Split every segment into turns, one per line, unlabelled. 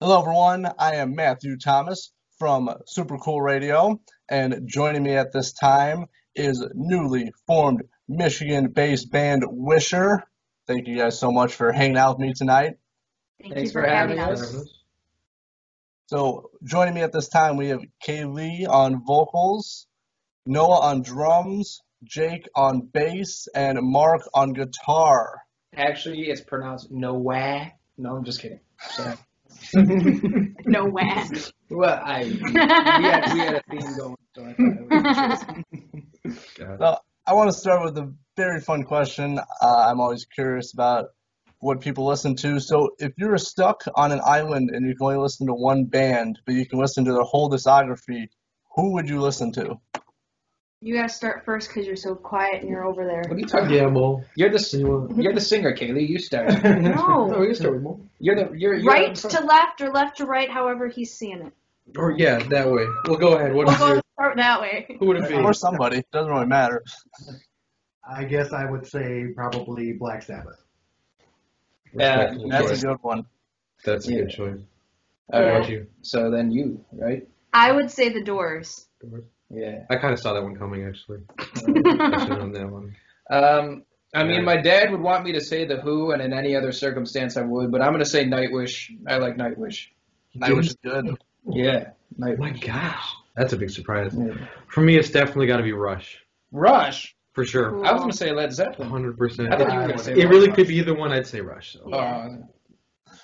Hello, everyone. I am Matthew Thomas from Super Cool Radio, and joining me at this time is newly formed Michigan based band Wisher. Thank you guys so much for hanging out with me tonight.
Thank
Thanks
you for having us.
So, joining me at this time, we have Kaylee on vocals, Noah on drums, Jake on bass, and Mark on guitar.
Actually, it's pronounced no way. No, I'm just kidding. So,
No way.
well, I we had, we had a theme going, so I thought it
I want to start with a very fun question. Uh, I'm always curious about what people listen to. So, if you're stuck on an island and you can only listen to one band, but you can listen to their whole discography, who would you listen to?
You gotta start first because you're so quiet and you're over there.
What are you talking?
Gamble.
You're the s- you're the singer, Kaylee. You start.
No.
Oh, we can start with more.
You're the you're, you're
Right to left or left to right, however he's seeing it.
Or yeah, that way. Well, go ahead. What
We'll
is
go
your?
start that way.
Who would it be?
Or somebody. Doesn't really matter.
I guess I would say probably Black Sabbath.
Respectful
That's a good one.
That's
a good
choice.
All
Yeah.
right. So then you, right?
I would say the Doors.
Yeah.
I kind of saw that one coming actually. I should have known that one.
Um, I mean, my dad would want me to say the Who, and in any other circumstance, I would. But I'm gonna say Nightwish. I like Nightwish.
Nightwish is good.
Yeah.
Oh my
Nightwish.
gosh, that's a big surprise.
Yeah.
For me, it's definitely got to be Rush
Rush.
for sure.
I was gonna say Led Zeppelin.
100.
I thought
percent
you were gonna say.
It really
Rush.
could be either one. I'd say Rush. So.
Yeah.
Uh,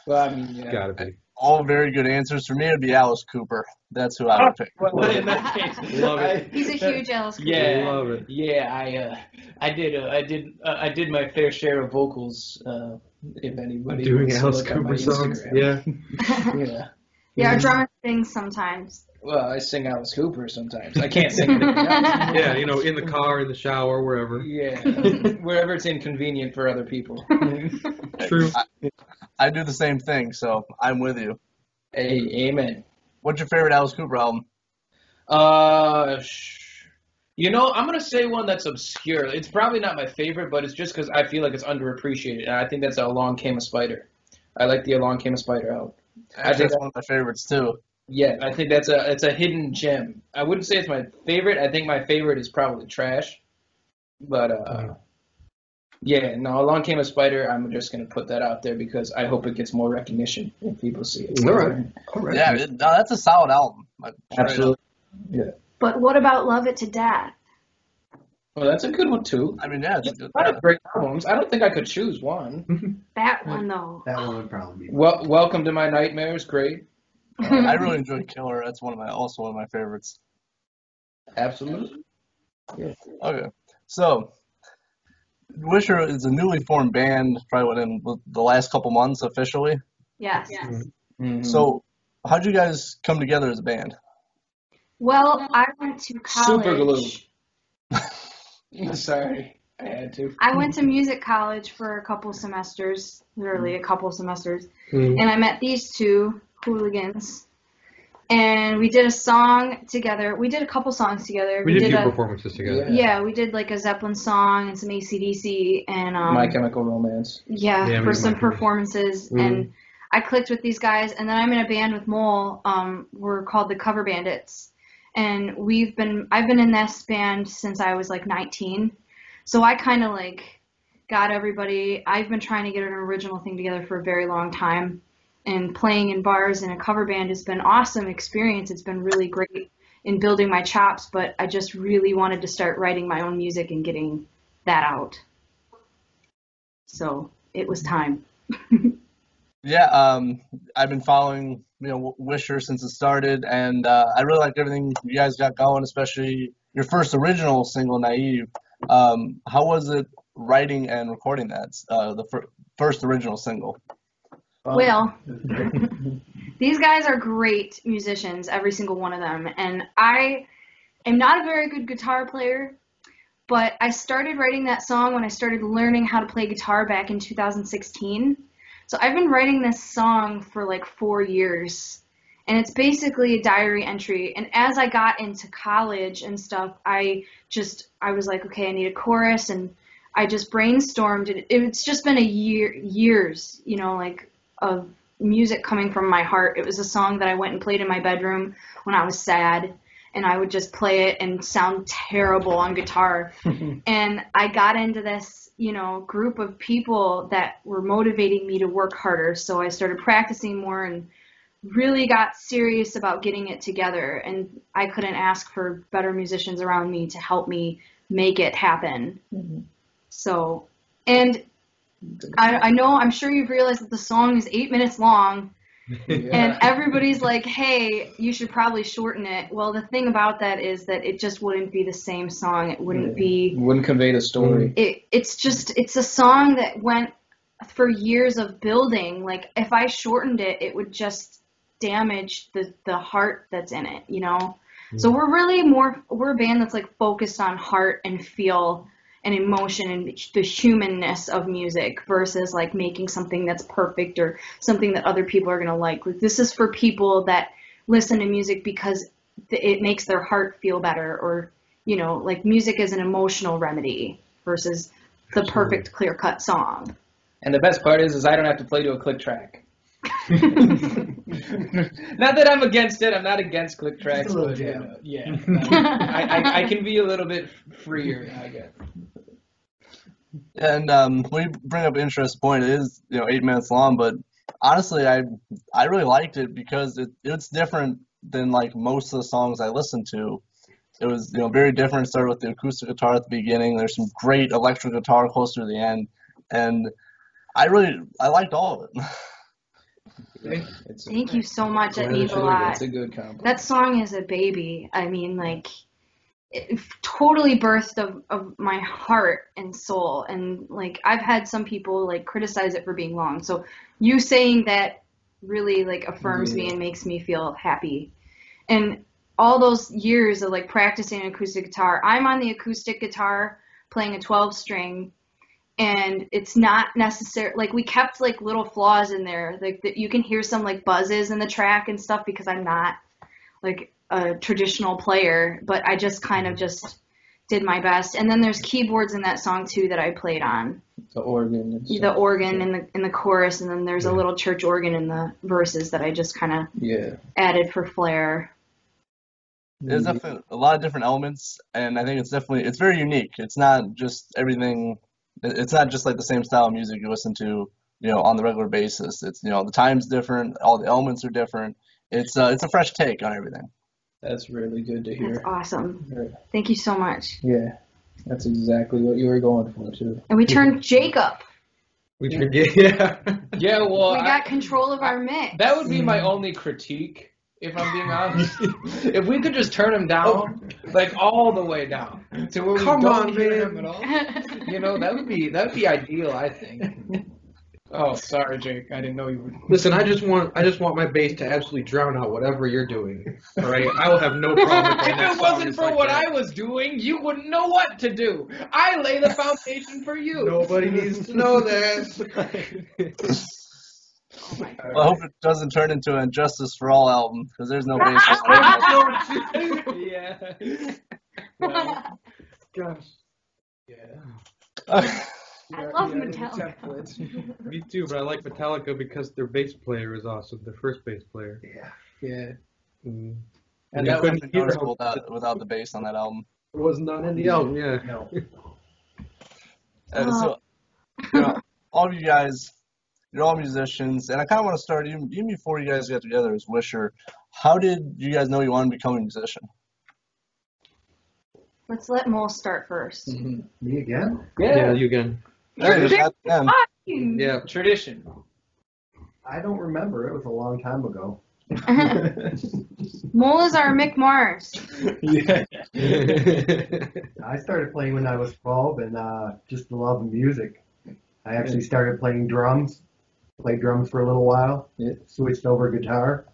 well, I mean, yeah.
Gotta be.
All very good answers. For me, it'd be Alice Cooper. That's who I would pick.
Well, in that case,
Love it.
I-
He's a huge Alice Cooper.
Yeah.
fan.
Love it.
Yeah, I uh, I did uh, I did uh, I did my fair share of vocals. Uh, if anybody
Doing
wants to
Alice
look at my
Cooper songs.
Instagram.
Yeah.
yeah.
Yeah, our drummer sings sometimes.
Well, I sing Alice Cooper sometimes. I can't sing anything else.
Yeah. You know, in the car, in the shower, wherever.
Yeah, wherever it's inconvenient for other people.
True.
I do the same thing, so I'm with you.
hey, amen.
What's your favorite Alice Cooper album?
Uh, sh- you know, I'm gonna say one that's obscure. It's probably not my favorite, but it's just because I feel like it's underappreciated, and I think that's Along Came a Spider. I like the Along Came a Spider album.
Actually,
think
that's one of my favorites, too.
Yeah, I think that's a it's a hidden gem. I wouldn't say it's my favorite. I think my favorite is probably Trash, but uh, yeah. No, Along Came a Spider. I'm just gonna put that out there because I hope it gets more recognition when people see it.
All right. All right.
Yeah, it- no, that's a solid album. Like, straight up.
absolutely.
But what about Love It to Death?
Well, that's a good one too.
I mean, yeah, it's a
A
good. uh,
lot of great albums. I don't think I could choose one.
That one though.
That one would probably be.
Well, Welcome to My Nightmares, great.
I really enjoyed Killer. That's one of my also one of my favorites.
Absolutely.
Okay, so Wisher is a newly formed band, probably within the last couple months officially.
Yes.
So, how'd you guys come together as a band?
Well, I went to college.
super glue. Sorry, I had to.
I went to music college for a couple semesters, literally a couple semesters,
Mm.
and I met these two hooligans, and we did a song together. We did a couple songs together.
We did a few
a,
performances together.
Yeah.
yeah, we did like a Zeppelin song and some ACDC and um,
My Chemical Romance.
yeah,
Yeah, we
for
did
some
My Chemical.
performances and I clicked with these guys and then I'm in a band with Mole. Um, we're called the Cover Bandits, and we've been I've been in this band since I was like 19, so I kind of like got everybody. I've been trying to get an original thing together for a very long time, and playing in bars in a cover band has been awesome experience. It's been really great in building my chops, but I just really wanted to start writing my own music and getting that out. So it was time.
Yeah, um, I've been following you know Wisher since it started, and uh, I really liked everything you guys got going, especially your first original single, Naive. Um, how was it writing and recording that uh, the fir- first original single?
Um,
Well, these guys are great musicians, every single one of them. And I am not a very good guitar player, but I started writing that song when I started learning how to play guitar back in 2016. So I've been writing this song for like four years. And it's basically a diary entry. And as I got into college and stuff, I just, I was like, okay, I need a chorus. And I just brainstormed. And it, it's just been a year, years, you know, like of music coming from my heart. It was a song that I went and played in my bedroom when I was sad, and I would just play it and sound terrible on guitar. and I got into this, you know, group of people that were motivating me to work harder. So I started practicing more and really got serious about getting it together. And I couldn't ask for better musicians around me to help me make it happen. So, and I, I know, I'm sure you've realized that the song is eight minutes long, and everybody's like, hey, you should probably shorten it. Well, the thing about that is that it just wouldn't be the same song. It wouldn't be
Wouldn't convey the story.
it it's just it's a song that went for years of building like if i shortened it it would just damage the the heart that's in it you know so we're really more we're a band that's like focused on heart and feel and emotion and the humanness of music versus like making something that's perfect or something that other people are going to like like this is for people that listen to music because th- it makes their heart feel better or you know like music is an emotional remedy versus the perfect clear cut song
And the best part is, is I don't have to play to a click track. not that I'm against it. I'm not against click tracks.
a little
But, you
jam.
know, yeah, I, I, I can be a little bit freer. I guess.
And um, we bring up interest point. It is you know eight minutes long, but honestly, I I really liked it because it it's different than like most of the songs I listen to. It was you know very different. It started with the acoustic guitar at the beginning. There's some great electric guitar close to the end, and I really I liked all of it.
It's a,
thank you so much that
Glad
means a
you
lot
it's a good compliment.
that song is a baby i mean like it it totally birthed of, of my heart and soul and like i've had some people like criticize it for being long so you saying that really like affirms me and makes me feel happy and all those years of like practicing acoustic guitar i'm on the acoustic guitar playing a 12 string and it's not necessary like we kept like little flaws in there like that you can hear some like buzzes in the track and stuff because i'm not like a traditional player but i just kind of just did my best and then there's keyboards in that song too that i played on
the organ. and
the
stuff.
organ in the in the chorus and then there's a
Yeah.
little church organ in the verses that i just kind of
Yeah.
added for flair
There's
Mm-hmm.
definitely a lot of different elements, and I think it's definitely it's very unique. It's not just everything. it- It's not just like the same style of music you listen to, you know, on the regular basis. It's you know the time's different, all the elements are different. It's uh, it's a fresh take on everything.
That's really good to
that's
hear.
awesome
Right.
thank you so much
Yeah. That's exactly what you were going for too.
and we turned jake up
We forget. Yeah.
Yeah. Well,
we
I-
got control of our mix
that would be my only critique, if I'm being honest. if we could just turn him down, like all the way down to where
Come
we don't
on,
hear
man.
him at all. You know, that would be that would be ideal, I think. Oh, sorry, Jake. I didn't know you were.
Listen, I just want I just want my bass to absolutely drown out whatever you're doing. All right, I will have no problem. With
If it wasn't for what I was doing, you wouldn't know what to do. I lay the foundation for you.
Nobody needs to know this.
Oh my God.
Well, I hope it doesn't turn into an Justice for All album because there's no bass.
yeah. No.
Gosh.
Yeah.
I love
Yeah, the
Metallica.
template.
Me too, but I like Metallica because their bass player is awesome, their first bass player.
Yeah.
Mm.
and
And
that
you
would
couldn't
be
hear
noticeable without, without the bass on that album.
There was none in the
Yeah,
album.
yeah.
No.
Uh,
Oh.
so, you know, all of you guys, you're all musicians, and I kind of want to start even, even before you guys got together as Wisher. How did you guys know you wanted to become a musician?
Let's let Mole start first.
Me again?
Yeah,
yeah.
you can.
There you go, that's them.
Mm-hmm.
Yeah.
Tradition.
I don't remember. It was a long time ago.
Mole is our Mick Mars.
Yeah.
I started playing when I was 12 and uh, just the love of music. I actually started playing drums, played drums for a little while,
Yeah.
switched over guitar,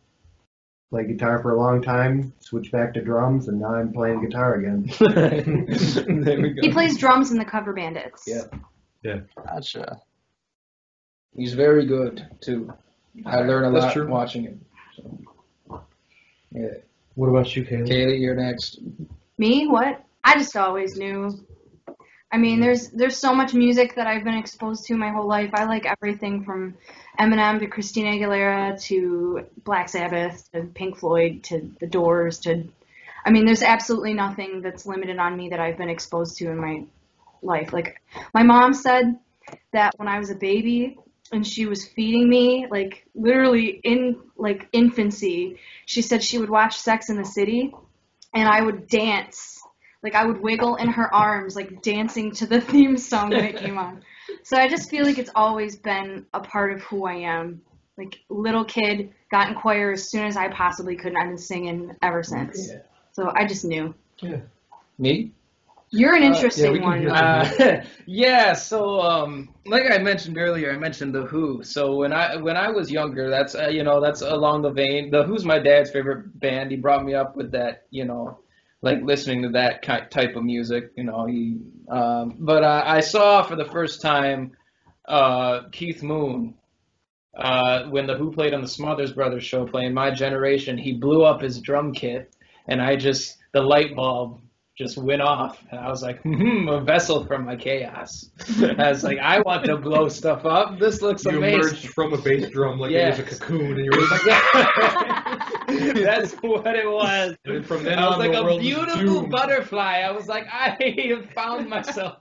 played guitar for a long time, switched back to drums, and now I'm playing guitar again.
there we
He plays drums in the Cover Bandits.
Yeah.
Gotcha.
He's very good too. I learned a
That's
lot
true.
watching him. So. Yeah.
What about you, Kaylee?
Kaylee, you're next.
Me? What? I just always knew. I I mean, there's there's so much music that I've been exposed to my whole life. I like everything from Eminem to Christina Aguilera to Black Sabbath to Pink Floyd to The Doors to I mean, there's absolutely nothing that's limited on me that I've been exposed to in my life. Like my mom said that when I was a baby and she was feeding me, like literally in like infancy, she said she would watch Sex in the City and I would dance. Like I would wiggle in her arms, like dancing to the theme song when it came on. So I just feel like it's always been a part of who I am. Like little kid, got in choir as soon as I possibly could, and I've been singing ever since.
Yeah.
So I just knew.
Me?
You're an
Uh, yeah,
interesting
we can
one.
hear that.
Uh, yeah. So, um, like I mentioned earlier, I mentioned the Who. So when I when I was younger, that's uh, you know that's along the vein. The Who's my dad's favorite band. He brought me up with that. You know, like listening to that ki- type of music. You know, he. Um, but uh, I saw for the first time uh, Keith Moon uh, when the Who played on the Smothers Brothers show, playing My Generation, he blew up his drum kit, and I just the light bulb just went off, and I was like, hmm, a vessel for my chaos. I was like, I want to blow stuff up. This looks
You
amazing.
emerged from a bass drum like it
Yes.
was a cocoon, and you were just like,
That's what it was.
and from then
I was
on,
like
the
a
world was
beautiful
doomed.
butterfly. I was like, I have found myself.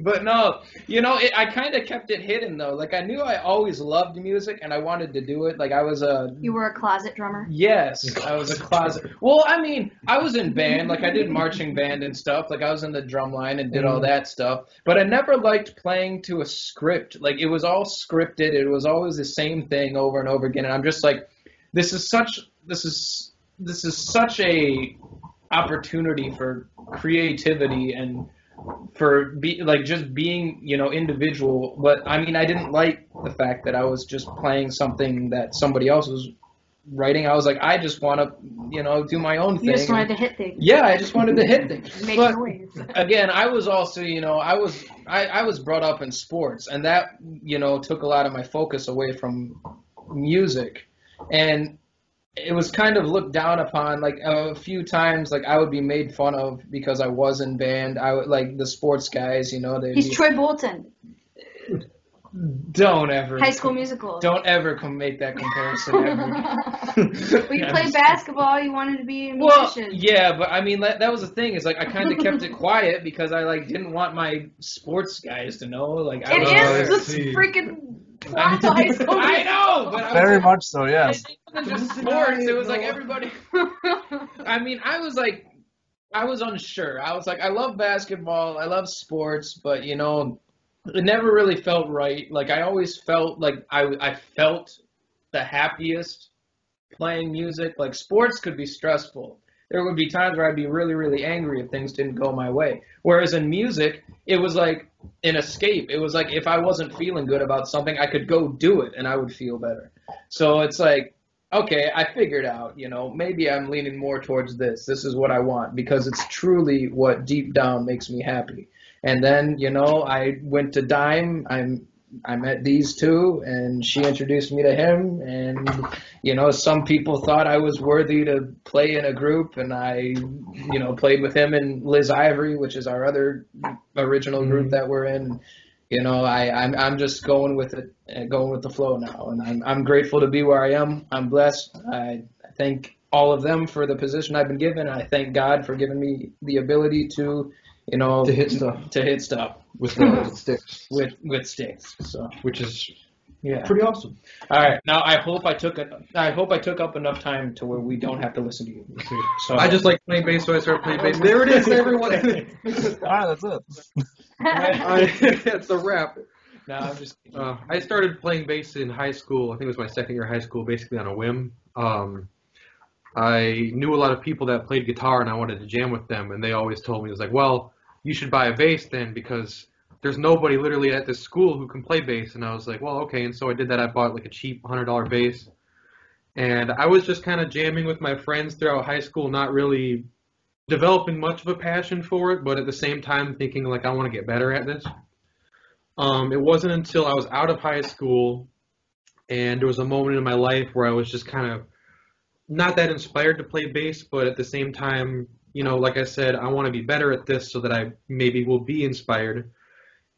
but no, you know, it, I kind of kept it hidden though. Like I knew I always loved music and I wanted to do it. Like I was a
You were a closet drummer.
yes, I was a closet. Well, I mean, I was in band. Like I did marching band and stuff. Like I was in the drum line and did all that stuff. But I never liked playing to a script. Like it was all scripted. It was always the same thing over and over again. And I'm just like, this is such this is this is such a opportunity for creativity and for be like just being you know individual but i mean i didn't like the fact that i was just playing something that somebody else was writing i was like i just want to you know do my own thing
You just wanted to hit things,
yeah i just wanted to hit things
make
But-
noise.
again, I was also, you know, I was I, I was brought up in sports, and that you know took a lot of my focus away from music, and it was kind of looked down upon. Like a few times, like I would be made fun of because I was in band. I would like the sports guys, you know, they
He's Troy Bolton,
don't ever
High School Musical.
don't ever come make that comparison ever.
Well, you
I'm
played
just-
basketball. You wanted to be a
Well,
musician.
yeah, but I mean that, that was the thing is like I kind of kept it quiet because I like didn't want my sports guys to know like Oh, I
It is
was
I
the
see.
freaking plot to High School
I know, but I
Very
was,
much so, yes.
It wasn't just sports. It was like everybody. I mean, I was like, I was unsure. I was like, I love basketball. I love sports, but you know, it never really felt right. Like I always felt like I I felt the happiest playing music. Like sports could be stressful. There would be times where I'd be really, really angry if things didn't go my way. Whereas in music, it was like an escape. It was like if I wasn't feeling good about something, I could go do it and I would feel better. So it's like, okay, I figured out, you know, maybe I'm leaning more towards this. This is what I want because it's truly what deep down makes me happy. And then, you know, I went to Dime. I'm I met these two, and she introduced me to him. And you know, some people thought I was worthy to play in a group, and I, you know, played with him and Liz Ivory, which is our other original group that we're in. You know, I, I'm I'm just going with it, uh, going with the flow now, and I'm I'm grateful to be where I am. I'm blessed. I thank all of them for the position I've been given. I thank God for giving me the ability to, you know,
To hit stuff.
to hit stuff
with the with sticks,
with with sticks. So
which is
yeah.
pretty awesome.
All right. Now I hope I took en- I hope I took up enough time to where we don't have to listen to you. So
I just like playing bass, so I started playing bass. There it is, everyone.
All right, that's it.
I, that's a wrap.
no, I'm just kidding.
Uh, I started playing bass in high school. I think it was my second year of high school, basically on a whim. Um, I knew a lot of people that played guitar, and I wanted to jam with them. And they always told me, "It was like, well, you should buy a bass then, because there's nobody literally at this school who can play bass." And I was like, "Well, okay." And so I did that. I bought like a cheap hundred dollar bass, and I was just kind of jamming with my friends throughout high school, not really developing much of a passion for it, but at the same time thinking like, I want to get better at this. Um, it wasn't until I was out of high school and there was a moment in my life where I was just kind of not that inspired to play bass, but at the same time you know, like I said, I want to be better at this so that I maybe will be inspired.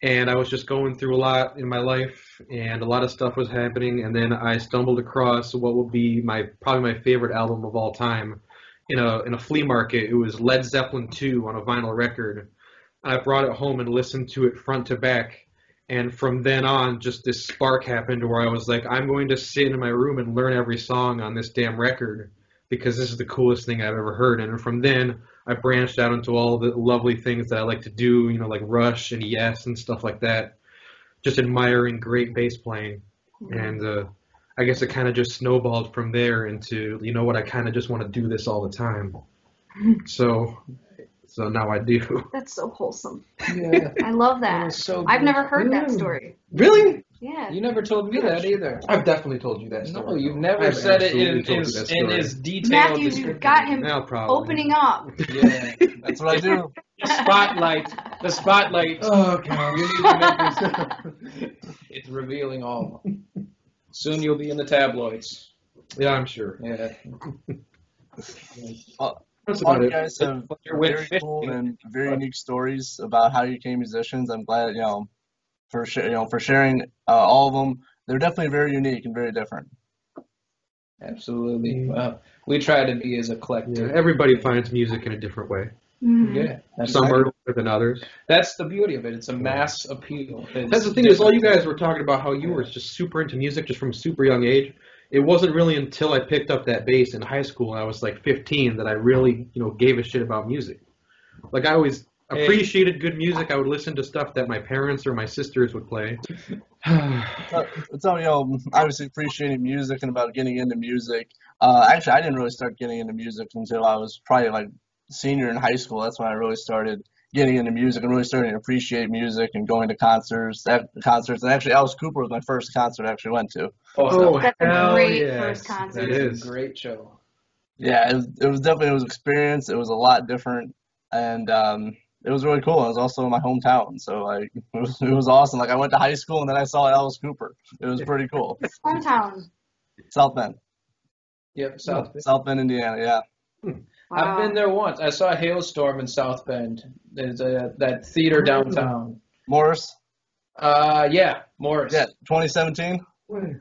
And I was just going through a lot in my life, and a lot of stuff was happening. And then I stumbled across what will be my probably my favorite album of all time. In a in a flea market, it was Led Zeppelin II on a vinyl record. I brought it home and listened to it front to back. And from then on, just this spark happened where I was like, I'm going to sit in my room and learn every song on this damn record because this is the coolest thing I've ever heard. And from then, I branched out into all the lovely things that I like to do, you know, like Rush and Yes and stuff like that. Just admiring great bass playing. And uh, I guess it kind of just snowballed from there into, you know what, I kind of just want to do this all the time. So, so now I do.
That's so wholesome.
Yeah.
I love
That
that.
is so
I've
good.
never heard that
Mm.
story.
Really?
Yeah.
You never told me that either.
I've definitely told you that story.
No, you've
though.
never
I've
said it
absolutely
in,
told
in,
you that
in
story.
his detailed
Matthew, you
description.
got him
Now probably.
opening up.
Yeah,
That's what I do.
the spotlight. The spotlight.
Oh god.
You need to make this- it's revealing all. Soon you'll be in the tabloids.
Yeah, I'm sure.
Yeah.
That's
All
about
you
it.
guys have
You're with
very
fifty.
cool and very unique stories about how you became musicians. I'm glad you know for sha- you know for sharing uh, all of them. They're definitely very unique and very different.
Absolutely. Wow. We try to be as
Mm. Yeah,
eclectic.
everybody finds music in a different way.
Mhm.
Yeah. That's,
Some are better than others.
that's the beauty of it. It's a mass appeal. It's
That's the thing is, all you
different.
guys were talking about how you were just super into music just from a super young age. It wasn't really until I picked up that bass in high school and I was like 15 that I really, you know, gave a shit about music. Like I always
Hey.
appreciated good music. I would listen to stuff that my parents or my sisters would play.
So, so you know, obviously appreciating music and about getting into music. Uh, actually, I didn't really start getting into music until I was probably like senior in high school. That's when I really started getting into music and really starting to appreciate music and going to concerts. That concerts and actually, Alice Cooper was my first concert I actually went to.
Awesome.
That's a
Oh, hell
great
yes.
first concert.
It
That
is
is.
Oh, a great show.
Yeah, it was, it was definitely it was an experience. It was a lot different, and um, it was really cool. It was also in my hometown, so like it was, it was awesome. Like I went to high school and then I saw Alice Cooper. It was pretty cool.
Hometown.
South Bend,
Yep, South Bend.
South Bend, Indiana. Yeah,
Wow.
I've been there once. I saw Hailstorm in South Bend. There's a, that theater downtown.
Morris.
Uh, yeah, Morris.
Yeah, 2017.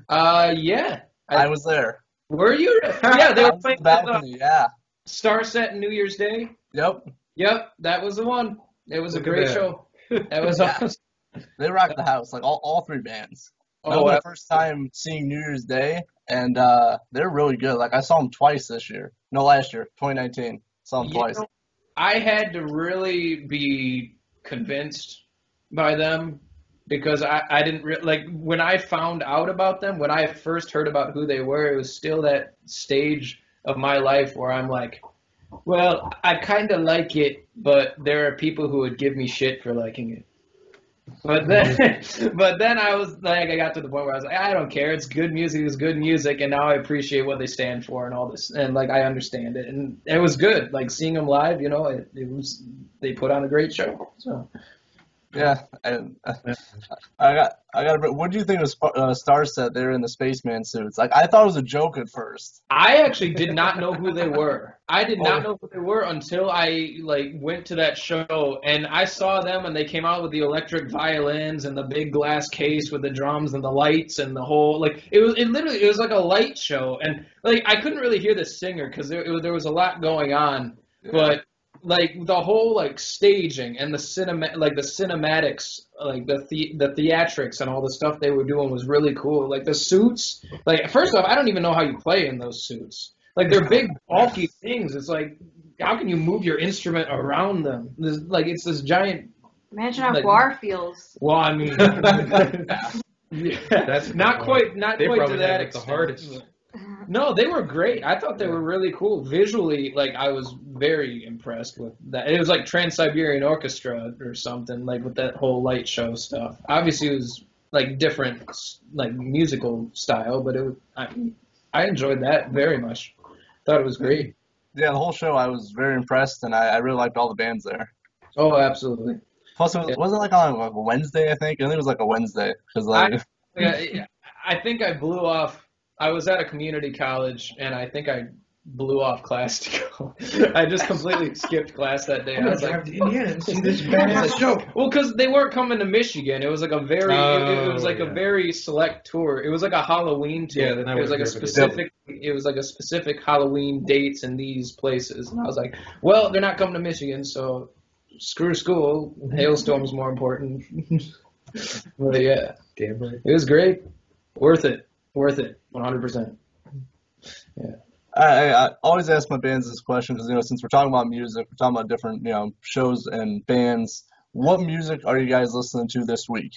Uh, yeah.
I was there.
Were you? Yeah, they
I
were
was
playing
in the
that, uh,
balcony. Yeah.
Star Set and New Year's Day.
Yep.
Yep, that was the one. It was a
Look at
great
that.
show. That was
Yeah.
awesome.
They rocked the house. Like all, all three bands. That
Oh,
was my
wow.
first time seeing New Year's Day, and uh, they're really good. Like I saw them twice this year. No, last year, 2019. Saw them
You
twice.
know, I had to really be convinced by them because I, I didn't re- like when I found out about them, when I first heard about who they were, it was still that stage of my life where I'm like, well, I kind of like it, but there are people who would give me shit for liking it. But then, but then I was like, I got to the point where I was like, I don't care. It's good music. It's good music, and now I appreciate what they stand for and all this, and like I understand it, and it was good. Like seeing them live, you know, it, it was they put on a great show. So
Yeah, and uh, I got, I got. a- What do you think of Sp- uh, Star Set there in the spaceman suits? Like I thought it was a joke at first.
I actually did not know who they were. I did not know who they were until I like went to that show and I saw them and they came out with the electric violins and the big glass case with the drums and the lights and the whole like it was it literally it was like a light show and like I couldn't really hear the singer because there, it was- there was a lot going on but like the whole like staging and the cinema like the cinematics like the, the the theatrics and all the stuff they were doing was really cool like the suits like first off i don't even know how you play in those suits like they're big bulky things it's like how can you move your instrument around them There's, like it's this giant
Imagine how
Like-
Guar feels.
well i mean yeah,
That's
not quite not
They
quite to
probably had
that
it the
extent.
hardest.
No, they were great. I thought they were really cool visually. Like I was very impressed with that. It was like Trans Siberian Orchestra or something, like with that whole light show stuff. Obviously, it was like different, like musical style, but it was, I, I enjoyed that very much. Thought it was great.
Yeah, the whole show I was very impressed, and I, I really liked all the bands there.
Oh, absolutely.
Plus, it was,
Yeah.
wasn't it, like on like, a Wednesday, I think. I think it was like a Wednesday because like
Yeah, I I think I blew off. I was at a community college, and I think I blew off class to go. I just completely skipped class that day.
I'm
I
gonna
was like, oh,
drive to Indiana and see this badass show.
well, because they weren't coming to Michigan. It was like a very, it, it was
Oh,
like a
yeah.
very select tour. It was like a Halloween tour.
Yeah, then I
it was
would
like a
agree with you.
specific. It was like a specific Halloween dates in these places, and I was like, well, they're not coming to Michigan, so screw school. Hailstorm's more important. but yeah,
Damn right.
it was great. Worth it. Worth it. One hundred percent.
I, I I always ask my bands this question because you know since we're talking about music, we're talking about different you know shows and bands. What music are you guys listening to this week?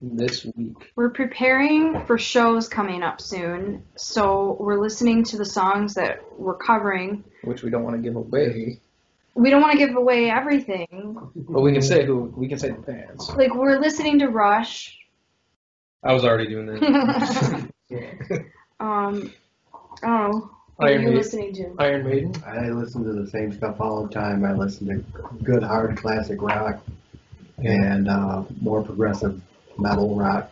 This week.
We're preparing for shows coming up soon, so we're listening to the songs that we're covering.
which we don't want to give away.
We don't want to give away everything.
But we can say who we can say the fans.
Like we're listening to Rush.
I was already doing that.
um, I don't know. What are
Iron
you
Maiden.
listening to?
Iron Maiden.
I listen to the same stuff all the time. I listen to good hard classic rock and uh, more progressive metal rock.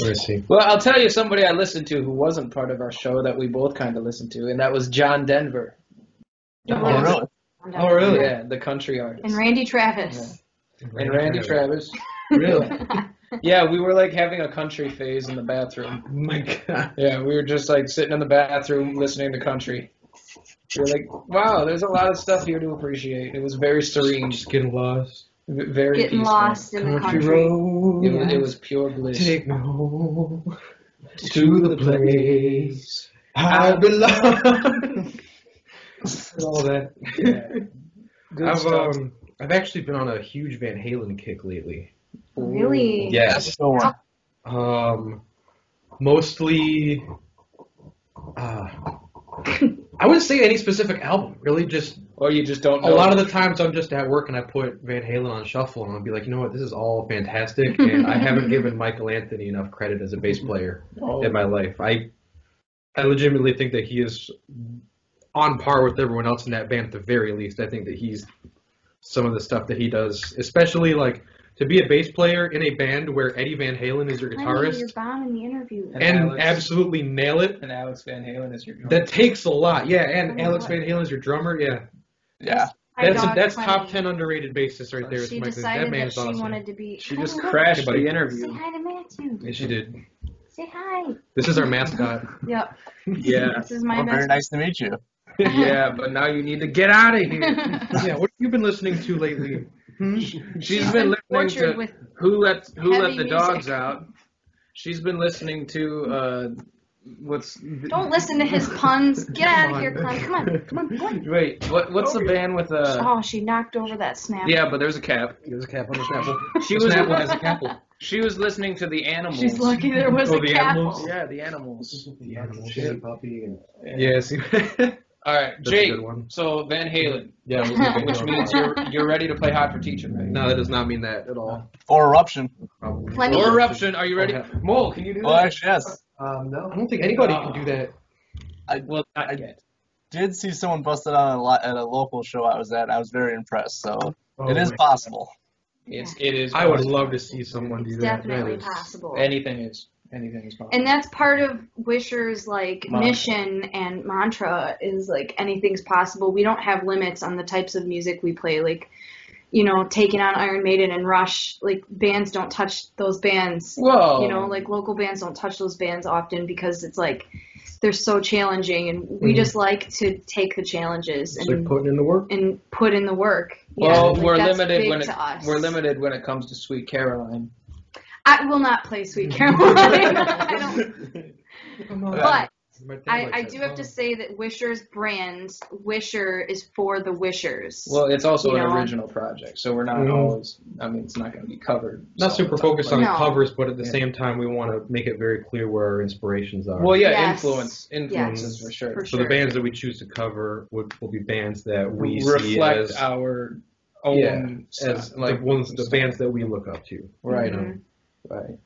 Let me see.
Well, I'll tell you somebody I listened to who wasn't part of our show that we both kind of listened to, and that was John Denver.
Don't
Oh,
know.
really?
Oh, really?
Yeah, the country artist.
And Randy Travis.
And Randy Travis.
Really?
Yeah, we were like having a country phase in the bathroom.
my God.
Yeah, we were just like sitting in the bathroom listening to country. We We're like, wow, there's a lot of stuff here to appreciate. It was very serene,
Just getting lost.
v- very
Getting
peaceful.
lost in the country.
road.
It was, it was pure bliss.
Take me home to the place I belong. All that.
Yeah. Good
I've
stuff.
um, I've actually been on a huge Van Halen kick lately.
Really?
Yes.
So uh,
Um, mostly. Uh, I wouldn't say any specific album. Really, just
Or Oh, you just don't
a
know.
lot of the times I'm just at work and I put Van Halen on shuffle and I'll be like, you know what, this is all fantastic, and I haven't given Michael Anthony enough credit as a bass player
Oh.
in my life. I I legitimately think that he is on par with everyone else in that band at the very least. I think that he's some of the stuff that he does, especially like to be a bass player in a band where Eddie Van Halen is your
Honey, you're
guitarist
bound in the interview.
And
and
Alex.
absolutely nail it.
And Alex Van Halen is your
That takes a lot, yeah.
Oh
And
my
Alex
God.
Van Halen is your drummer, yeah.
yeah,
My
That's a,
dog,
that's
Clemmy.
top ten underrated bassist right there. is
She
Michael.
decided
that man
that
is
she
awesome.
wanted to be.
She
Hi,
just
Matthew.
crashed
Everybody.
the
Say
interview.
hi to Matthew.
Yeah, she did.
Say hi.
This is our mascot.
Yep.
Yeah.
This is my
well, very
best.
nice to meet you.
yeah, but now you need to get out of here. Hmm?
yeah, what have you been listening to lately?
She's been listening
tortured
to
with
who let who let
heavy
the
music.
dogs out. She's been listening to uh, what's
Don't listen to his puns. Get out of here, Clem. Come on. Come on. Come on.
wait what what's the band with uh
Oh, she knocked over that snap.
yeah but there's a cap.
There's a cap on the Snapple.
She
The
was
Snapple has a capple.
she was listening to the animals.
She's lucky there was
Oh,
a
the
cat.
animals?
Yeah, the animals.
The
animal
shitty
shit.
puppy and
Yes.
All right,
That's a
Jake.
good one.
So Van Halen,
yeah. we'll move on.
which means you're you're ready to play hot for teacher, right?
no, that does not mean that at all.
Or eruption.
Probably.
Clem-
Or eruption. Are you ready?
Okay.
Mole, can you do
Well,
that?
actually, yes.
um, no.
I don't think anybody can do that.
Well, not yet.
Did see someone busted on a lot at a local show I was at. I was very impressed. So
Oh,
it is
my-
possible.
It's it is.
I would
possible.
love to see someone do
It's
that. That
definitely
is-
possible.
Anything is. Anything is possible.
And that's part of Wisher's like
Mantra.
mission and mantra is like anything's possible. We don't have limits on the types of music we play. Like, you know, taking on Iron Maiden and Rush, like bands don't touch those bands.
Whoa.
You know, like local bands don't touch those bands often because it's like they're so challenging, and we
Mm-hmm.
Mhm.
just like to take the challenges
It's like
and
putting in the work.
and put in the work. Yeah,
Well,
like,
we're
that's
limited
big
when it,
to us.
we're limited when it comes to Sweet Caroline.
I will not play Sweet Caroline. I don't. But I, I do have to say that Wisher's brand, Wisher, is for the wishers.
Well, it's also
You
an
know.
original project, so we're not
Mhm.
always. I mean, it's not going to be covered.
Not
so
super
it's all-
focused on
No.
covers, but at the
Yeah.
same time, we want to make it very clear where our inspirations are.
Well, yeah,
Yes.
influence influences
Yes,
for sure.
for
So
Sure.
the bands that we choose to cover would will be bands that we see
reflect
as,
our own
Yeah,
stuff,
as like the ones the bands that we look up to.
right,
You
Mm-hmm.
know?
right.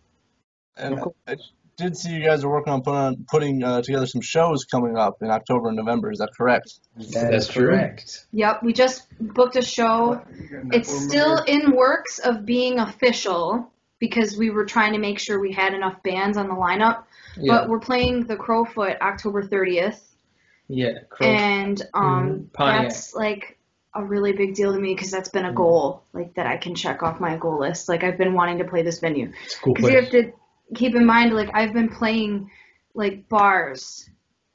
And
Of
I did see you guys are working on putting on, putting uh, together some shows coming up in October and November. Is that correct?
That
That's
is
true.
correct.
Yep, we just booked a show. It's still in works of being official because we were trying to make sure we had enough bands on the lineup.
Yeah.
But we're playing the Crowfoot October 30th.
Yeah, Crow.
and um,
Mm-hmm. Pontiac. Mm-hmm.
that's like a really big deal to me because that's been a goal like that I can check off my goal list. Like I've been wanting to play this venue
It's a cool
because you
place.
have to keep in mind like I've been playing like bars.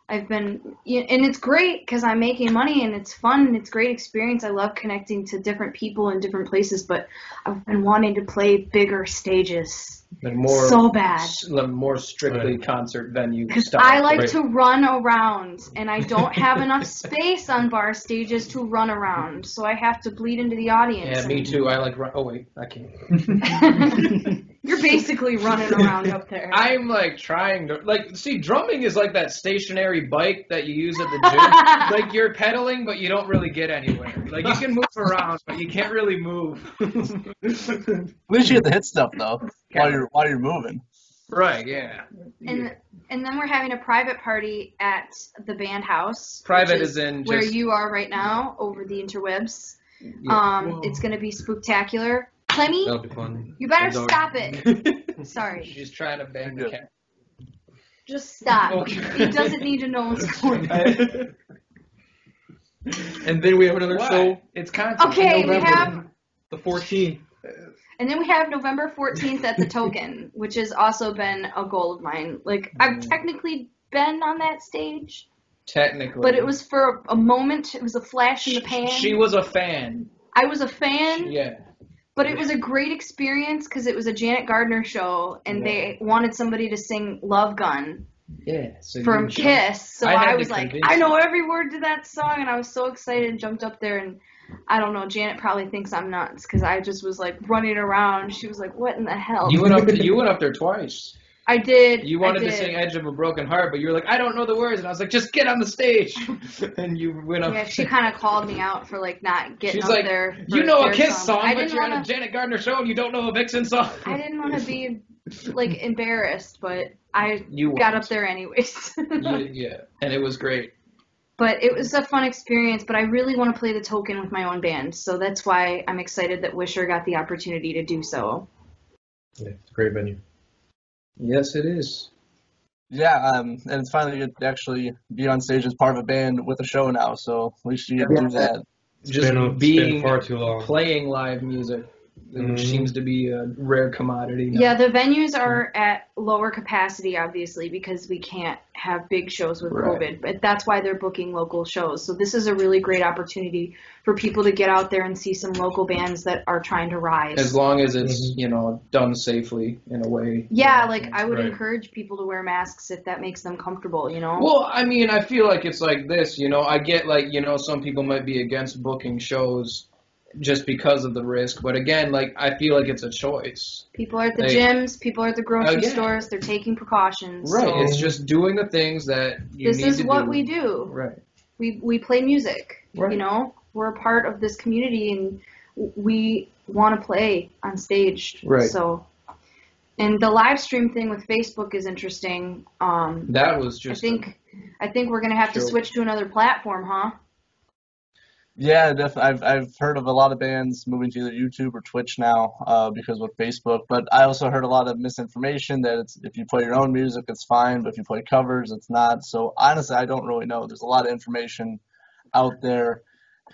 I've been y- and it's great because I'm making money and it's fun and it's great experience. I love connecting to different people in different places, but I've been wanting to play bigger stages
Like more
so bad.
s- like more strictly concert venue
Because
style.
I like
Right.
to run around, and I don't have enough space on bar stages to run around, so I have to bleed into the audience.
Yeah, me too. I like. ru- Oh wait, I can't.
You're basically running around up there.
I'm like trying to like see drumming is like that stationary bike that you use at the gym. like you're pedaling, but you don't really get anywhere. Like you can move around, but you can't really move.
At least you get the hit stuff though while you're while you're moving.
right? Yeah.
and and then we're having a private party at the band house. which
Private is in
where
just-
you are right now over the interwebs.
Yeah.
Um,
Whoa.
it's gonna be spooktacular. Clemmy,
That'll be fun.
you better
That's all-
stop it. Sorry,
She's trying to bang the cat.
just stop.
Okay.
He doesn't need to know what's going on.
And then we have another
Why?
show,
It's content.
Okay, we
November.
have
the 14th.
And then we have November 14th at the Token, which has also been a goal of mine. Like, I've
Mm.
technically been on that stage,
Technically,
but it was for a moment. It was a flash in the pan.
She was a fan.
I was a fan,
Yeah.
but it was a great experience because it was a Janet Gardner show, and they wanted somebody to sing Love Gun
Yeah. So
from
you-
Kiss. So
I had
I,
to
was like,
convince
I
you.
know every word to that song, and I was so excited and jumped up there. And I don't know, Janet probably thinks I'm nuts because I just was like running around. She was like, What in the hell?
You went up. To, you went up there twice.
I did.
You
I
wanted to
did.
sing "Edge of a Broken Heart," but you were like, "I don't know the words," and I was like, "Just get on the stage." and you went up.
Yeah, she kind of called me out for like not getting
She's
up
like,
there. for
you know a
their
Kiss song,
I
but
didn't
you're on a
want to.
Janet Gardner show and you don't know a Vixen song.
I didn't want to be like embarrassed, but I
You
got
weren't.
up there anyways.
You- yeah, and it was great.
but it was a fun experience. But I really want to play the token with my own band, so that's why I'm excited that Wisher got the opportunity to do so.
Yeah, it's a great venue.
Yes, it is.
Yeah, um, and it's finally good to actually be on stage as part of a band with a show now. So at least you get to do
Yeah.
that.
It's
Just
been, a, it's
being
been far too long.
playing live music,
Mhm.
which seems to be a rare commodity. now.
Yeah, the venues are at lower capacity, obviously, because we can't have big shows with
Right.
COVID. But that's why they're booking local shows. So this is a really great opportunity for people to get out there and see some local bands that are trying to rise.
As long as it's you know done safely in a way.
yeah, like I would
Right.
encourage people to wear masks if that makes them comfortable, you know?
Well, I mean, I feel like it's like this, you know. I get like, you know, some people might be against booking shows just because of the risk, but again, like, I feel like it's a choice.
people are at the
they-
gyms, people are at the grocery
Oh, yeah.
stores, they're taking precautions.
Right.
So
it's just doing the things that you
this
need
is
to
what
do.
we do.
Right.
we we play music
Right.
you know we're a part of this community and w- we want to play on stage
Right.
so and the live stream thing with facebook is interesting um
That was
i
just.
think i think we're gonna have to
Sure.
switch to another platform huh
Yeah, def- I've I've heard of a lot of bands moving to either YouTube or Twitch now uh, because with Facebook. But I also heard a lot of misinformation that it's if you play your own music, it's fine, but if you play covers, it's not. So honestly, I don't really know. There's a lot of information out there,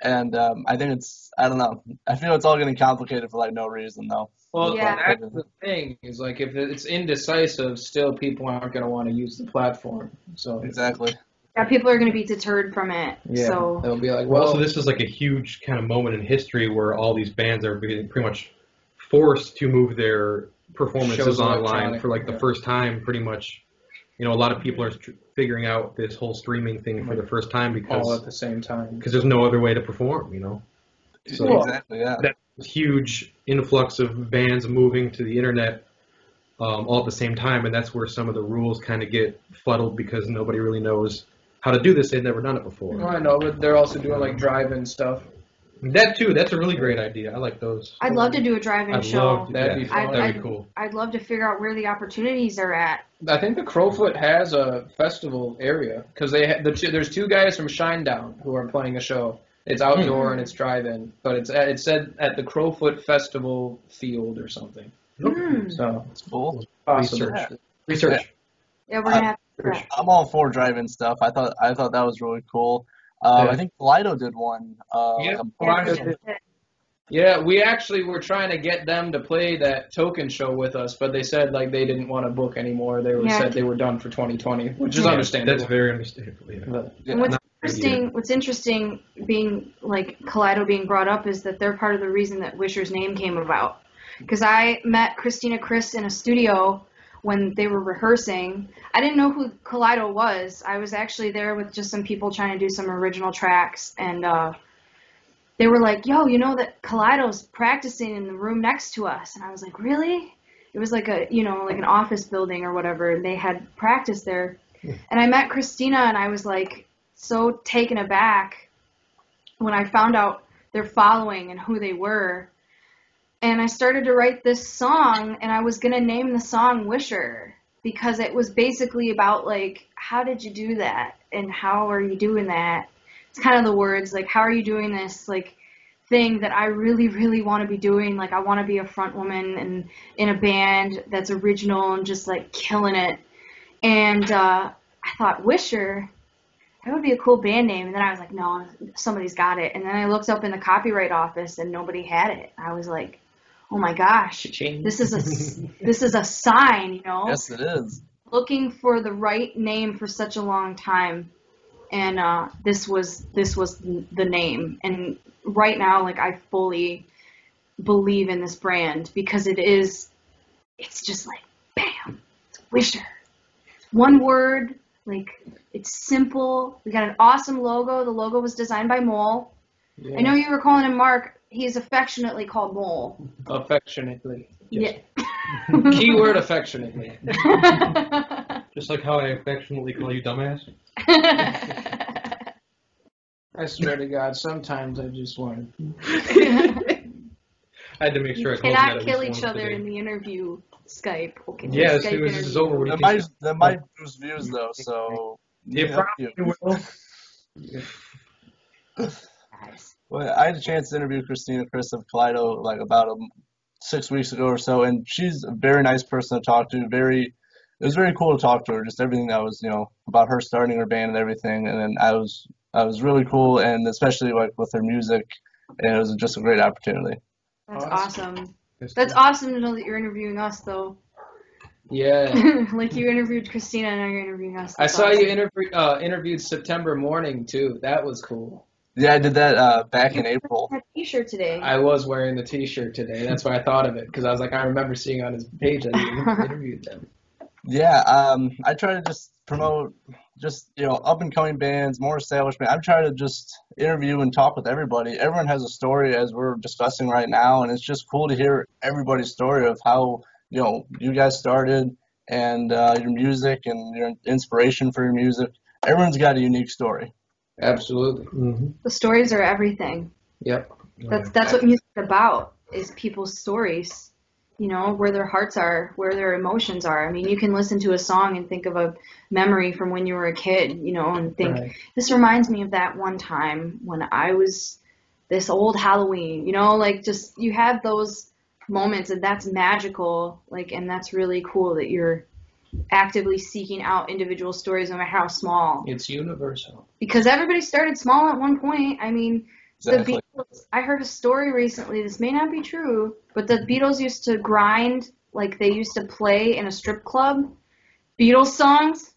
and um, I think it's I don't know. I feel it's all getting complicated for like no reason though.
well,
Yeah.
that's the thing is like if it's indecisive, still people aren't going to want to use the platform. So
Exactly.
yeah people are gonna be deterred from it
yeah,
so
they'll be like,
Well,
well,
also, this is like a huge kind of moment in history where all these bands are being pretty much forced to move their
Shows
performances online
electronic,
for like the
yeah.
first time, pretty much. You know, a lot of people are str- figuring out this whole streaming thing for the first time
all at
because
the same time.
because there's no other way to perform. You know,
So- Well-
exactly. Yeah.
huge influx of bands moving to the internet um, all at the same time, and that's where some of the rules kind of get fuddled because nobody really knows how to do this. They've never done it before.
I know, but they're also doing like drive-in stuff.
That too. That's a really great idea. I like those.
i'd love to do a drive-in
I'd
show
love to.
That'd
yeah,
be fun.
That'd
I'd-
be cool.
i'd love to figure out where the opportunities are at
I think the Crowfoot has a festival area because they ha- the two, there's two guys from Shinedown who are playing a show. It's
Hmm.
outdoor and it's drive-in, but it's at, it said at the Crowfoot Festival Field or something.
Hmm.
So
It's cool.
possible.
Research.
Yeah.
yeah
Uh,
we're gonna have to Right.
I'm all for drive-in stuff. I thought I thought that was really cool. Um,
Yeah.
I think Lido did one. Uh, like
Yeah.
a-
Yeah,
Right.
that's it.
Yeah, we actually were trying to get them to play that token show with us, but they said like they didn't want to book anymore. They were
Yeah.
said they were done for 2020, which is
Yeah,
understandable.
That's very understandable. Yeah.
But-
yeah.
And what's
not
interesting, what's interesting being like Kaleido being brought up is that they're part of the reason that Wisher's name came about. Because I met Christina Chris in a studio when they were rehearsing. I didn't know who Kaleido was. I was actually there with just some people trying to do some original tracks, and uh, they were like, "Yo, you know that Kaleido's practicing in the room next to us," and I was like, "Really?" It was like a you know like an office building or whatever, and they had practice there. And I met Christina, and I was like so taken aback when I found out their following and who they were. And I started to write this song, and I was gonna name the song Wisher because it was basically about like how did you do that and how are you doing that it's kind of the words like how are you doing this like thing that i really really want to be doing like i want to be a front woman and in a band that's original and just like killing it and uh, i thought wisher that would be a cool band name and then i was like no somebody's got it and then i looked up in the copyright office and nobody had it i was like oh my gosh this is a s- this is a sign you know
Yes, it is.
looking for the right name for such a long time and uh, this was this was the name and right now like i fully believe in this brand because it is it's just like bam it's wisher one word like it's simple we got an awesome logo the logo was designed by mole i know you were calling him mark he's affectionately called mole
affectionately.
yeah
Keyword affectionately.
Just like how I affectionately call you dumbass.
I swear to God, sometimes I just want.
I had to make sure I told him that
cannot
at
kill
least once
each other
today.
in the interview Skype. Okay.
Yeah, as
Skype
soon as this is
interview.
over, what do you
That
think?
might that might boost views though. So
It
yeah,
probably
you.
will.
Guys.
Well, I had a chance to interview Christina Chris of Kaleido like about um, six weeks ago or so, and she's a very nice person to talk to. Very, it was very cool to talk to her. Just everything that was, you know, about her starting her band and everything. And then I was, I was really cool, and especially like with her music, and it was just a great opportunity.
That's
Awesome.
awesome. That's awesome to know that you're interviewing us though.
Yeah.
like you interviewed Christina and now you're interviewing us.
I
That's
saw you
awesome.
interview uh, interviewed September morning too. That was cool.
Yeah, I did that uh, back in April.
Had a T-shirt today.
I was wearing the T-shirt today. That's why I thought of it because I was like, I remember seeing on his page that he interviewed them.
Yeah, um, I try to just promote just, you know, up and coming bands, more established bands. I'm trying to just interview and talk with everybody. Everyone has a story as we're discussing right now, and it's just cool to hear everybody's story of how, you know, you guys started and uh, your music and your inspiration for your music. Everyone's got a unique story.
Absolutely.
Mm-hmm.
the stories are everything.
Yep.
That's that's what music's about is people's stories. You know, where their hearts are, where their emotions are. I mean, you can listen to a song and think of a memory from when you were a kid, you know, and think
Right.
this reminds me of that one time when I was this old Halloween, you know, like just you have those moments and that's magical, like and that's really cool that you're actively seeking out individual stories no matter how small.
It's universal.
Because everybody started small at one point. I mean,
Exactly.
the Beatles, I heard a story recently. This may not be true, but the Beatles used to grind like they used to play in a strip club Beatles songs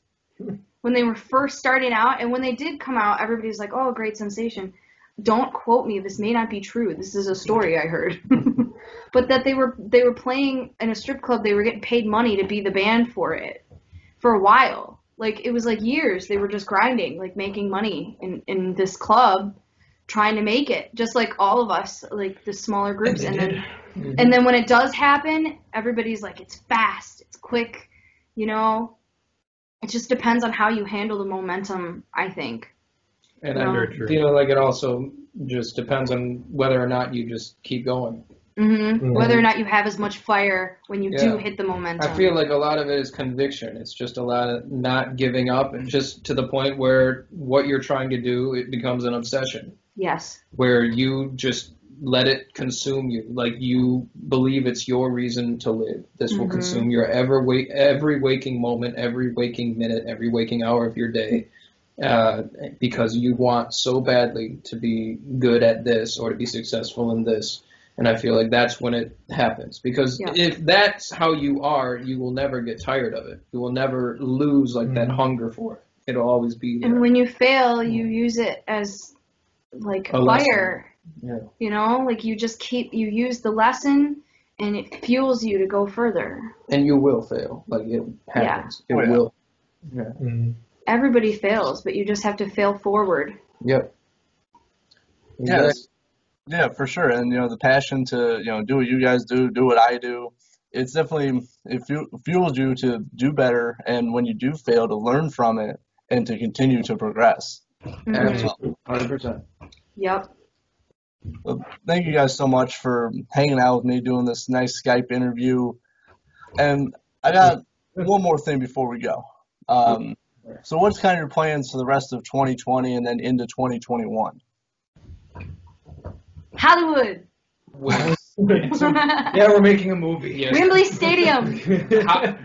when they were first starting out. And when they did come out, everybody was like, "Oh, great sensation." Don't quote me. This may not be true. This is a story I heard. but that they were they were playing in a strip club. They were getting paid money to be the band for it for a while. Like it was like years. They were just grinding, like making money in in this club trying to make it, just like all of us, like the smaller groups. And, then,
Mm-hmm.
and then when it does happen, everybody's like, it's fast, it's quick, you know. It just depends on how you handle the momentum, I think.
And
Yeah.
I
Very true.
you know, like it also just depends on whether or not you just keep going.
hmm Whether or not you have as much fire when you do
Mm-hmm. Yeah.
hit the momentum.
I feel like a lot of it is conviction. It's just a lot of not giving up, and just to the point where what you're trying to do it becomes an obsession.
yes.
where you just let it consume you. Like you believe it's your reason to live. This will
Mhm.
consume your ever wake, every waking moment, every waking minute, every waking hour of your day, uh, because you want so badly to be good at this or to be successful in this. And I feel like that's when it happens because
Yeah.
if that's how you are, you will never get tired of it. You will never lose like that hunger for it. It'll always be there.
Mm-hmm. And when you fail, you use it as like
A
a
lesson.
fire.
Yeah.
You know, like you just keep you use the lesson, and it fuels you to go further.
and you will fail. Like it happens.
Oh,
It
yeah.
will.
Everybody fails, but you just have to fail forward.
Yep.
Yeah, that's- yeah, for sure. And you know, the passion to you know do what you guys do, do what I do. It's definitely it fu- fuels you to do better, and when you do fail, to learn from it and to continue to progress.
Mhm.
Absolutely. 100%.
Yep.
Well, thank you guys so much for hanging out with me, doing this nice Skype interview. And I got one more thing before we go. Um, so, what's kind of your plans for the rest of 2020 and then into 2021?
Hollywood.
Mm-hmm. yeah, we're making a movie.
Yes.
Wembley Stadium,
How-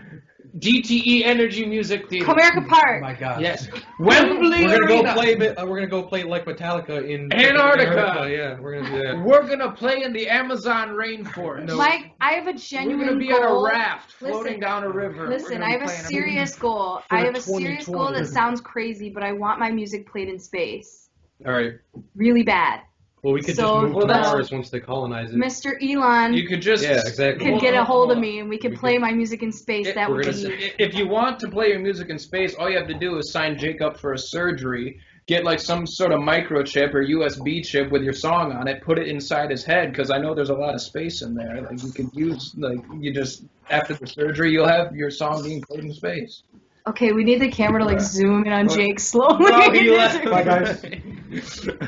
DTE E Energy Music Theater.
Comerica
Oh my
Park,
God.
Yes. Wembley
We're gonna go
Arena.
play. Uh, we're gonna go play like Metallica in
Antarctica.
Yeah, we're gonna do that.
We're gonna play in the Amazon rainforest.
Mike. I have a
We're
genuine
gonna be
goal.
on a raft floating
Listen.
down a river.
Listen,
gonna
I
be
have a
playing a
serious goal. I have a serious goal
2020.
that sounds crazy, but I want my music played in space
All right.
really bad.
Well, we could
So,
just move
well,
to
that's-
Mars once they colonize it.
Mr. Elon
You could just
Yeah, exactly.
could get a hold of
Hold on.
me and we could
We
play my music in space.
It-
that
we're
would
gonna
be.
If you want to play your music in space, all you have to do is sign Jake up for a surgery, get like some sort of microchip or USB chip with your song on it, put it inside his head because I know there's a lot of space in there. Like you could use like you just after the surgery, you'll have your song being played in space.
Okay, we need the camera to like zoom in on
Oh.
Jake slowly.
Oh, he
Bye,
left.
guys.
He quit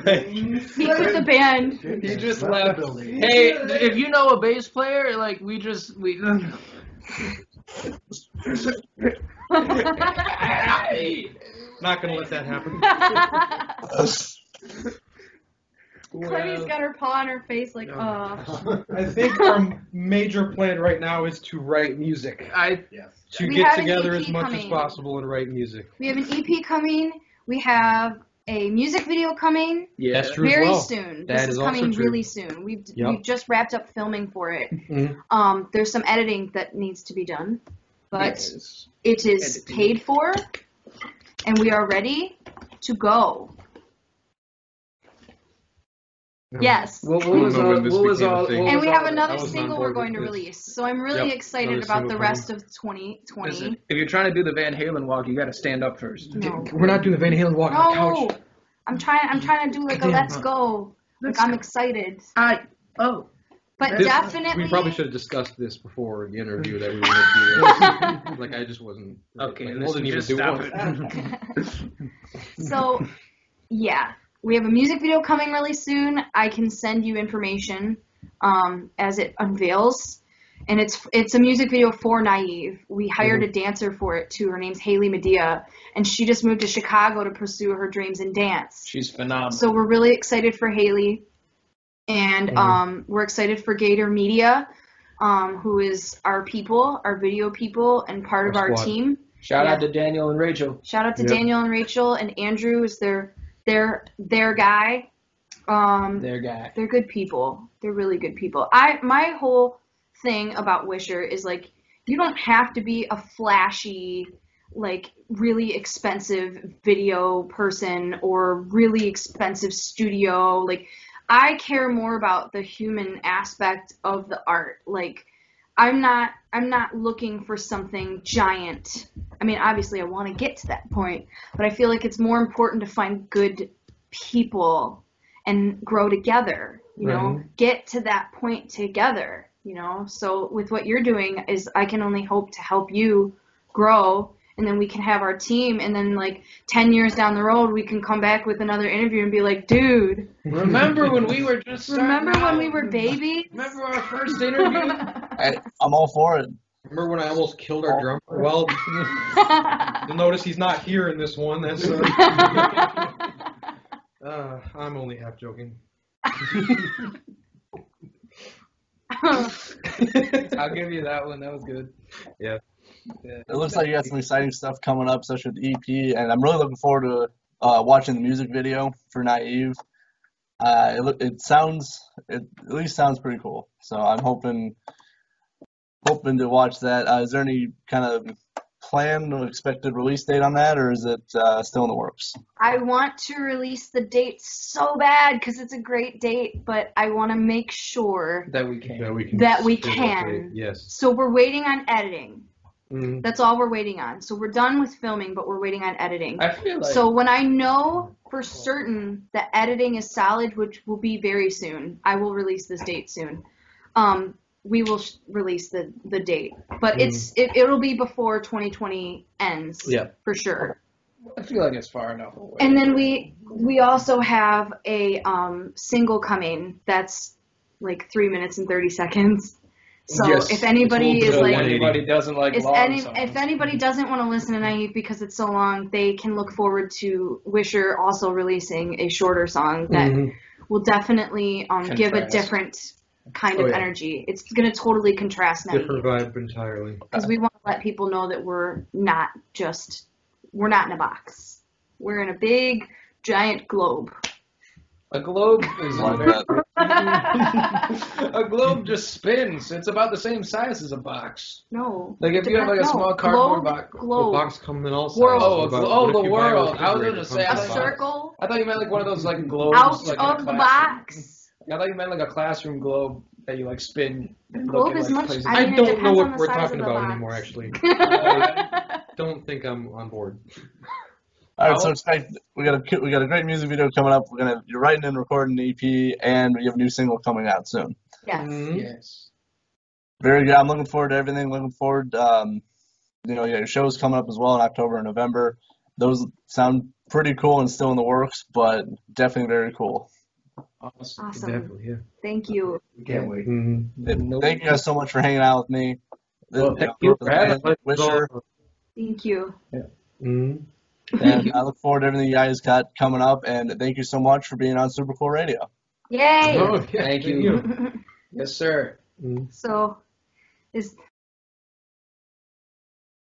the band.
Shit,
He
yeah,
just
the
left.
building.
Hey, if you know a bass player, like we just we.
Not gonna let that happen.
Claire's
Well,
got her paw on her face, like, oh.
I think our major plan right now is to write music.
I
Yes.
To
We
get
have an
together
EP
as much as
coming.
possible and write music.
We have an EP coming. We have a music video coming
yeah.
That's true as
very
well.
soon.
That
this is,
is also
coming
true.
really soon. We've
Yep.
we've just wrapped up filming for it.
Mm-hmm.
Mhm.
Um, there's some editing that needs to be done, but
Yes.
it is
Editing.
paid for, and we are ready to go. Yes.
What,
I
what
don't
was
know
all?
when this
What was
became a
all?
thing.
what
and
was
we have
all-
I
another
was on
single
board
we're going to
with this.
release. So I'm really
Yep,
excited
another
about
single
the
coming.
rest of 2020.
Listen, if you're trying to do the Van Halen walk, you got to stand up first.
No.
We're not doing Van Halen walk on the
No.
couch.
I'm trying I'm trying to do like a
Damn,
let's
huh.
go. Like
Let's
I'm
go.
excited.
I oh.
But
This-
definitely
We probably should have discussed this before the interview that we were going to do. this. like I just wasn't.
Okay,
like,
listen,
wasn't even
just
do
stop
one.
it.
So, yeah, we have a music video coming really soon. I can send you information um, as it unveils, and it's it's a music video for Naive. We hired
Mm-hmm.
a dancer for it too. Her name's Haley Medea, and she just moved to Chicago to pursue her dreams in dance.
She's phenomenal.
So we're really excited for Haley, and
Mm-hmm.
um, we're excited for Gator Media, um, who is our people, our video people, and part of
Our
our
squad.
team.
Shout out
yeah.
to Daniel and Rachel.
Shout out to
Yep.
Daniel and Rachel and Andrew is their their their guy. Um,
Their guy.
they're good people. They're really good people. I my whole thing about Wisher is like you don't have to be a flashy, like really expensive video person or really expensive studio. Like I care more about the human aspect of the art. Like I'm not I'm not looking for something giant. I mean, obviously I want to get to that point, but I feel like it's more important to find good people and grow together, you know, get to that point together, you know. So with what you're doing is I can only hope to help you grow and then we can have our team and then like 10 years down the road we can come back with another interview and be like, "Dude,
Remember when we were just starting
remember when
out?
we were babies?"
Remember our first interview?
I, I'm all for it.
Remember when I almost killed our drummer? Well, you'll notice he's not here in this one. That's uh, uh, I'm only half joking.
I'll give you that one. That was good.
Yeah.
Yeah.
It looks like you got some exciting stuff coming up, especially with the EP, and I'm really looking forward to uh, watching the music video for Naive. Uh, it, loo- it sounds, it at least sounds pretty cool. So I'm hoping, hoping to watch that. Uh, is there any kind of planned or expected release date on that, or is it uh, still in the works?
I want to release the date so bad because it's a great date, but I want to make sure.
That we can.
That we can.
That we
still
can.
update, Yes.
So we're waiting on editing.
Mm-hmm.
Mhm.
That's all we're waiting on. So we're done with filming, but we're waiting on editing.
I feel like
so when I know for certain that editing is solid, which will be very soon, I will release this date soon. Um, we will sh- release the the date, but it's it, it'll be before 2020 ends.
Mm. Yeah.
for sure.
I feel like it's far enough away.
And then we we also have a um, single coming that's like three minutes and thirty seconds. So
Yes,
if anybody
it's
is
a little bit
If
like,
of a
anybody doesn't like
if
long
any
songs,
if anybody doesn't want to listen to Naive because it's so long, they can look forward to Wisher also releasing a shorter song that
Mm-hmm.
Mhm.
will definitely um, give a
Contrast.
different kind
Oh,
of
yeah.
energy. It's gonna totally contrast Naive
Different vibe entirely.
because we want to let people know that we're not just we're not in a box. We're in a big giant globe.
a globe is
Like that.
Mm-hmm. a globe just spins. It's about the same size as a box.
no.
Like, if you have, like, a
No,
small cardboard
globe,
box-
Well,
globe,
box comes in all sizes.
World.
Oh,
What about-
oh,
what if
the
you buy
world. I was
refrigerator
gonna
that
say,
comes
a
in
I
box?
circle
I thought you meant like one of those like globes.
out
like in a
of the
classroom.
box.
I thought you meant like a classroom globe that you like spin.
The
and
globe
look at,
is
like,
much-
places.
I
I
mean, it
don't know
depends on
what
the
we're
size of
talking
the
about
box.
anymore. Actually, don't think I'm on board.
All
I
right, so
will-
expect we got a cu- we got a great music video coming up. We're gonna you're writing and recording an EP, and we have a new single coming out soon.
Mm-hmm.
yes.
Yes.
Very good. I'm looking forward to everything. Looking forward, um, you know, yeah, your show's coming up as well in October and November. Those sound pretty cool and still in the works, but definitely very cool.
Awesome.
Awesome.
Definitely, yeah.
Thank you.
We can't wait.
Mhm.
No-
Thank you guys so much for hanging out with me.
Well, thank you for having
band, Wisher,
Thank you.
Mhm.
and I look forward to everything you guys got coming up. And thank you so much for being on Super Cool Radio.
Yay.
Oh, yeah, Mm-hmm.
Thank you. Yes, sir.
Mhm.
so is